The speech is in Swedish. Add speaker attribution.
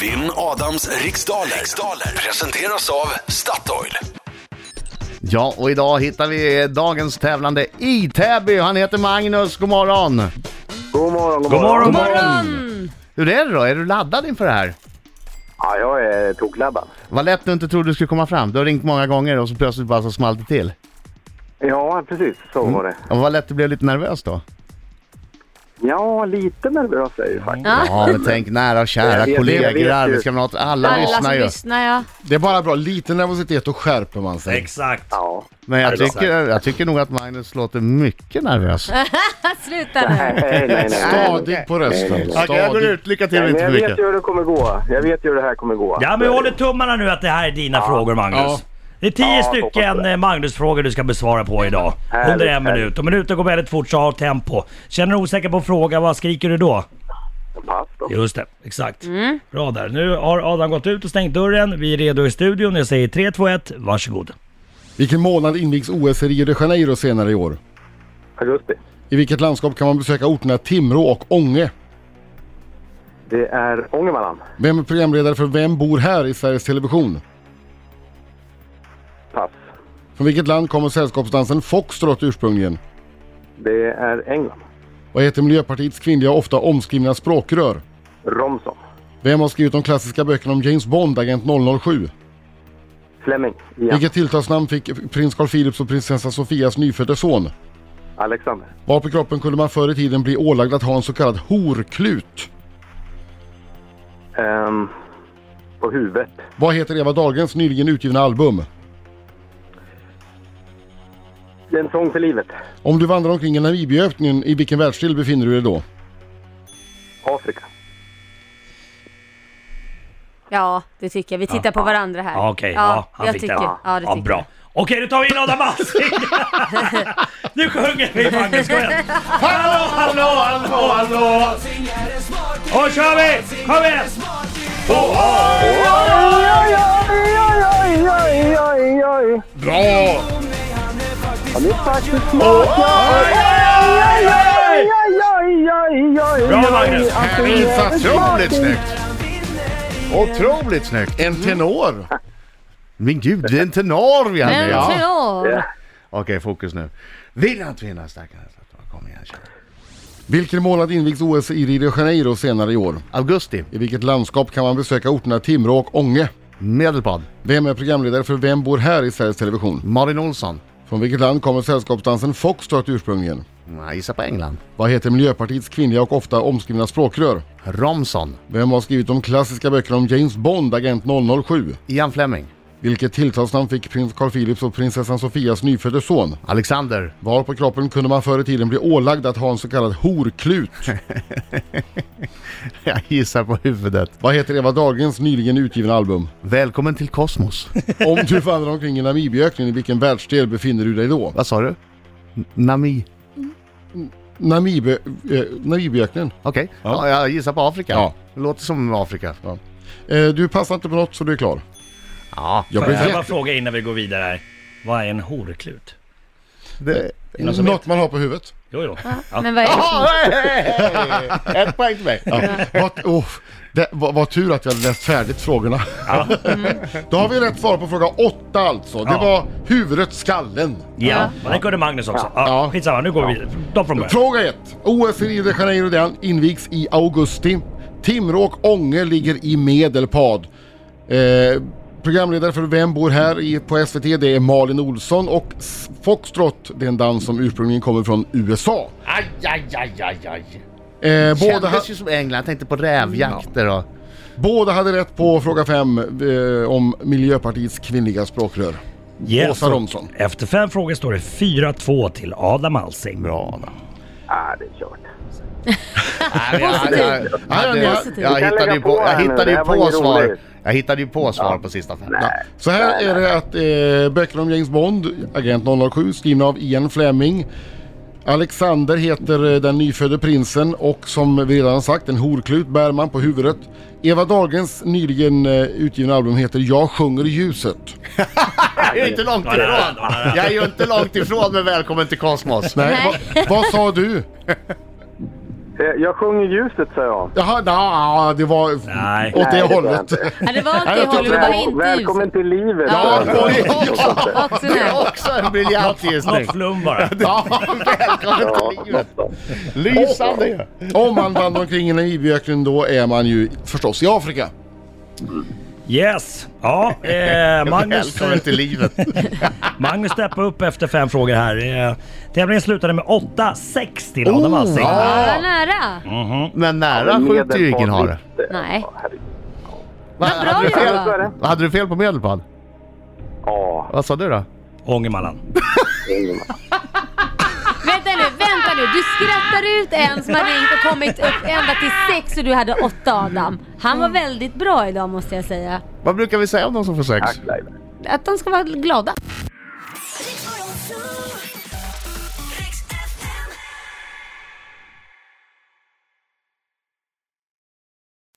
Speaker 1: Vinn Adams riksdaler. riksdaler presenteras av Statoil.
Speaker 2: Ja, och idag hittar vi dagens tävlande i Täby. Han heter Magnus, god morgon.
Speaker 3: God morgon, god,
Speaker 4: God morgon.
Speaker 2: Hur är det då? Är du laddad inför det här?
Speaker 3: Ja, jag är tokladdad.
Speaker 2: Vad lätt du inte trodde du skulle komma fram. Du har ringt många gånger och så plötsligt bara så small det till.
Speaker 3: Ja, precis. Så var det.
Speaker 2: Ja, vad lätt du blev lite nervös då.
Speaker 3: Ja, lite nervös är jag ju faktiskt.
Speaker 5: Ja.
Speaker 2: Ja, men tänk nära och
Speaker 3: Jag
Speaker 2: kära
Speaker 3: vet, jag vet
Speaker 2: kollegor,
Speaker 3: ju.
Speaker 2: arbetskamrater, alla,
Speaker 5: Alla som
Speaker 2: lyssnar ju.
Speaker 5: lyssnar ja.
Speaker 6: Det är bara bra, lite nervositet och skärper man sig.
Speaker 4: Exakt.
Speaker 3: Ja.
Speaker 2: Men jag
Speaker 4: det är sant.
Speaker 2: tycker, jag tycker nog att Magnus låter mycket nervös.
Speaker 5: Sluta nu.
Speaker 3: Nej, nej, nej.
Speaker 6: Stadig på rösten.
Speaker 2: Okej, jag går
Speaker 6: Stadig.
Speaker 2: ut. Lycka till
Speaker 3: Men
Speaker 2: med inte för
Speaker 3: jag vet
Speaker 2: mycket.
Speaker 3: ju hur det kommer gå. Jag vet ju hur det här kommer gå.
Speaker 4: Ja men vi håller tummarna nu att det här är dina frågor Magnus.
Speaker 6: Ja.
Speaker 4: Det är tio
Speaker 3: Ja, hoppas
Speaker 4: stycken
Speaker 3: det.
Speaker 4: eh, Magnus-frågor du ska besvara på idag.
Speaker 3: Härligt,
Speaker 4: Under en
Speaker 3: härligt.
Speaker 4: minut. Och minuten går väldigt fort så ha tempo. Känner du osäker på en fråga, vad skriker du då?
Speaker 3: Pass då.
Speaker 4: Just det, exakt.
Speaker 3: Mm.
Speaker 4: Bra där. Nu har Adam gått ut och stängt dörren. Vi är redo i studion. Jag säger 3, 2, 1, varsågod.
Speaker 6: Vilken månad invigs OS i Rio de Janeiro senare i år?
Speaker 3: Augusti.
Speaker 6: I vilket landskap kan man besöka orterna Timrå och Ånge?
Speaker 3: Det är Ångermanland.
Speaker 6: Vem är programledare för Vem bor här i Sveriges Television?
Speaker 3: Pass.
Speaker 6: Från vilket land kommer sällskapsdansen foxtrot ursprungligen?
Speaker 3: Det är England.
Speaker 6: Vad heter Miljöpartiets kvinnliga och ofta omskrivna språkrör?
Speaker 3: Romson.
Speaker 6: Vem har skrivit de klassiska böckerna om James Bond, Agent 007?
Speaker 3: Fleming. Ian.
Speaker 6: Vilket tilltalsnamn fick prins Carl Philips och prinsessa Sofias nyfödda son?
Speaker 3: Alexander.
Speaker 6: Var på kroppen kunde man förr i tiden bli ålagd att ha en så kallad horklut?
Speaker 3: Ehm, på huvudet.
Speaker 6: Vad heter Eva Dahlgrens nyligen utgivna album?
Speaker 3: En sång för livet.
Speaker 6: Om du vandrar omkring i Namibieöknen, i vilken världsdel befinner du dig då?
Speaker 3: Afrika.
Speaker 5: Ja, det tycker jag. Vi tittar på varandra här.
Speaker 4: Ja, Okej, ja,
Speaker 5: ja,
Speaker 4: han
Speaker 5: jag
Speaker 4: fick
Speaker 5: tycker.
Speaker 4: den.
Speaker 5: Ja, det tycker
Speaker 4: bra. Okej, då tar vi in Adam Alsing! nu sjunger vi Magnus, kom igen. Hallå, hallå, hallå, hallå! Och kör vi! Kom igen!
Speaker 6: Bra!
Speaker 3: Ja, det är faktiskt smart.
Speaker 4: Bra, Magnus.
Speaker 2: Det är otroligt snyggt! Otroligt snyggt!
Speaker 6: En tenor!
Speaker 2: Men gud, det är en tenor vi hade!
Speaker 5: Men
Speaker 2: ja.
Speaker 5: ja.
Speaker 2: Okej, fokus nu. Vill han vinna stackaren? Kom igen, kör.
Speaker 6: Vilken månad invigs OS i Rio de Janeiro senare i år?
Speaker 2: Augusti,
Speaker 6: I vilket landskap kan man besöka orterna Timrå och Ånge?
Speaker 2: Medelpad,
Speaker 6: Vem är programledare för Vem bor här i Sveriges Television?
Speaker 2: Malin Olsson.
Speaker 6: Från vilket land kommer sällskapsdansen foxtrot ursprungligen?
Speaker 2: Nej, Gissa på England.
Speaker 6: Vad heter Miljöpartiets kvinnliga och ofta omskrivna språkrör?
Speaker 2: Romson,
Speaker 6: Vem har skrivit de klassiska böckerna om James Bond, Agent 007?
Speaker 2: Ian Fleming,
Speaker 6: Vilket tilltalsnamn fick prins Carl Philips och prinsessan Sofias nyfödde son?
Speaker 2: Alexander.
Speaker 6: Var på kroppen kunde man förr i tiden bli ålagd att ha en så kallad horklut?
Speaker 2: Jag gissar på huvudet.
Speaker 6: Vad heter Eva Dahlgrens nyligen utgivna album?
Speaker 2: Välkommen till Kosmos.
Speaker 6: Om du vandrar omkring i Namibieöknen, i vilken världsdel befinner du dig då?
Speaker 2: Vad sa du? N- Nami.
Speaker 6: Namibie, eh, Namibieöknen?
Speaker 2: Okej, ja.
Speaker 6: Ja.
Speaker 2: jag gissar på Afrika.
Speaker 6: Ja.
Speaker 2: Det låter som Afrika.
Speaker 6: Eh, du passar inte på något så du är klar.
Speaker 2: Ja,
Speaker 6: Jag
Speaker 4: Får
Speaker 6: blev
Speaker 4: jag bara
Speaker 6: jätte...
Speaker 4: fråga innan vi går vidare här. Vad är en horklut?
Speaker 2: det...
Speaker 4: det någon som
Speaker 6: Något man har på huvudet.
Speaker 4: Jo, jo.
Speaker 5: Ja. Men vad är det?
Speaker 2: Ah, hej, hej, hej. Ett poäng till mig.
Speaker 6: Ja. Vad oh, det- vad- vad tur att jag hade läst färdigt frågorna. Då har vi rätt svar på fråga åtta alltså. Det
Speaker 4: Ja.
Speaker 6: var huvudet, skallen.
Speaker 4: Ja, ja. det kunde Magnus också. Ja.
Speaker 6: Ja.
Speaker 4: Skitsamma, nu går vi vidare. Ta från början.
Speaker 6: Fråga 1. OS i Rio de Janeiro den invigs i augusti. Timrå och Ånge ligger i Medelpad. Eh, programledare för Vem bor här i, på SVT det är Malin Olsson och s- Foxtrot det är en dans som ursprungligen kommer från USA.
Speaker 2: Aj, aj, aj, aj, aj.
Speaker 6: Eh, båda, ha,
Speaker 2: Kändes ju som England, jag tänkte på rävjakter och...
Speaker 6: båda hade rätt på fråga 5 eh, om Miljöpartiets kvinnliga språkrör.
Speaker 4: Yes.
Speaker 6: Åsa Romson.
Speaker 4: Efter fem frågor står det 4-2 till Adam Alsing.
Speaker 2: Bra då.
Speaker 3: Ja, det är kört.
Speaker 2: Nej, men jag- jag- jag- jag- jag-
Speaker 5: Positivt.
Speaker 2: Jag
Speaker 3: Du kan
Speaker 2: hittade ju
Speaker 3: lägga
Speaker 2: på,
Speaker 3: på
Speaker 2: jag
Speaker 3: här nu,
Speaker 2: hittade
Speaker 3: det
Speaker 2: ju
Speaker 3: här var
Speaker 2: på
Speaker 3: ingen
Speaker 2: svar.
Speaker 3: rolig.
Speaker 2: Jag hittade ju på svar på sista fem.
Speaker 6: Så här är det att eh, böckerna om James Bond, Agent 007, skrivna av Ian Fleming. Alexander heter eh, den nyfödde prinsen och som vi redan har sagt, en horklut bär man på huvudet. Eva Dahlgrens nyligen eh, utgivna album heter Jag sjunger i ljuset.
Speaker 2: Jag är ju inte långt
Speaker 4: Ja, det är
Speaker 2: ifrån.
Speaker 4: det. Ja, det är det.
Speaker 2: Jag är ju inte långt ifrån med Välkommen till Kosmos.
Speaker 6: Nej, vad- vad sa du?
Speaker 3: Eh, Jag sjunger ljuset, sa jag.
Speaker 6: Jaha, na, det var
Speaker 4: Nej.
Speaker 6: åt det
Speaker 3: Nej, det var
Speaker 6: hållet.
Speaker 3: inte.
Speaker 7: Nej, det var inte
Speaker 6: Nej,
Speaker 7: det
Speaker 6: jag
Speaker 7: hållet, det var
Speaker 3: Väl,
Speaker 7: inte
Speaker 3: välkommen
Speaker 7: ljuset.
Speaker 3: till livet.
Speaker 6: Ja,
Speaker 3: sa jag.
Speaker 6: ja, ja.
Speaker 7: Också
Speaker 2: Det
Speaker 7: nej.
Speaker 2: är också en briljant gissning.
Speaker 4: Något flum bara.
Speaker 2: Ja, välkommen
Speaker 3: Ja,
Speaker 2: till livet.
Speaker 3: något sånt.
Speaker 2: Lysande ju.
Speaker 6: Om man vandrar omkring i Namibiaöknen då är man ju förstås i Afrika.
Speaker 4: Yes! Ja, eh, Magnus, eh,
Speaker 2: Välkommen till livet.
Speaker 4: Magnus steppade upp efter fem frågor här. Eh, tävlingen slutade med 8-6 till Adam Alsing.
Speaker 5: Ja,
Speaker 2: Ja,
Speaker 5: vad nära.
Speaker 2: men nära skjuter ju ingen har det.
Speaker 3: Medelpad-
Speaker 5: Nej.
Speaker 3: Ja, herregud.
Speaker 2: Vad
Speaker 5: bra
Speaker 2: hade, du
Speaker 5: det
Speaker 3: Ja, så är
Speaker 2: fel?
Speaker 3: det.
Speaker 2: hade du fel på Medelpad?
Speaker 3: Ja,
Speaker 2: Vad sa du då?
Speaker 4: Ångermanland.
Speaker 3: Ingemar.
Speaker 7: Vänta nu, vänta nu. Du skrattar ut en som har ringt och kommit upp ända till sex och du hade åtta Adam. Han var
Speaker 5: Mm.
Speaker 7: väldigt bra idag måste jag säga.
Speaker 2: Vad brukar vi säga om någon som får sex?
Speaker 3: Tack Laila.
Speaker 7: Att de ska vara glada.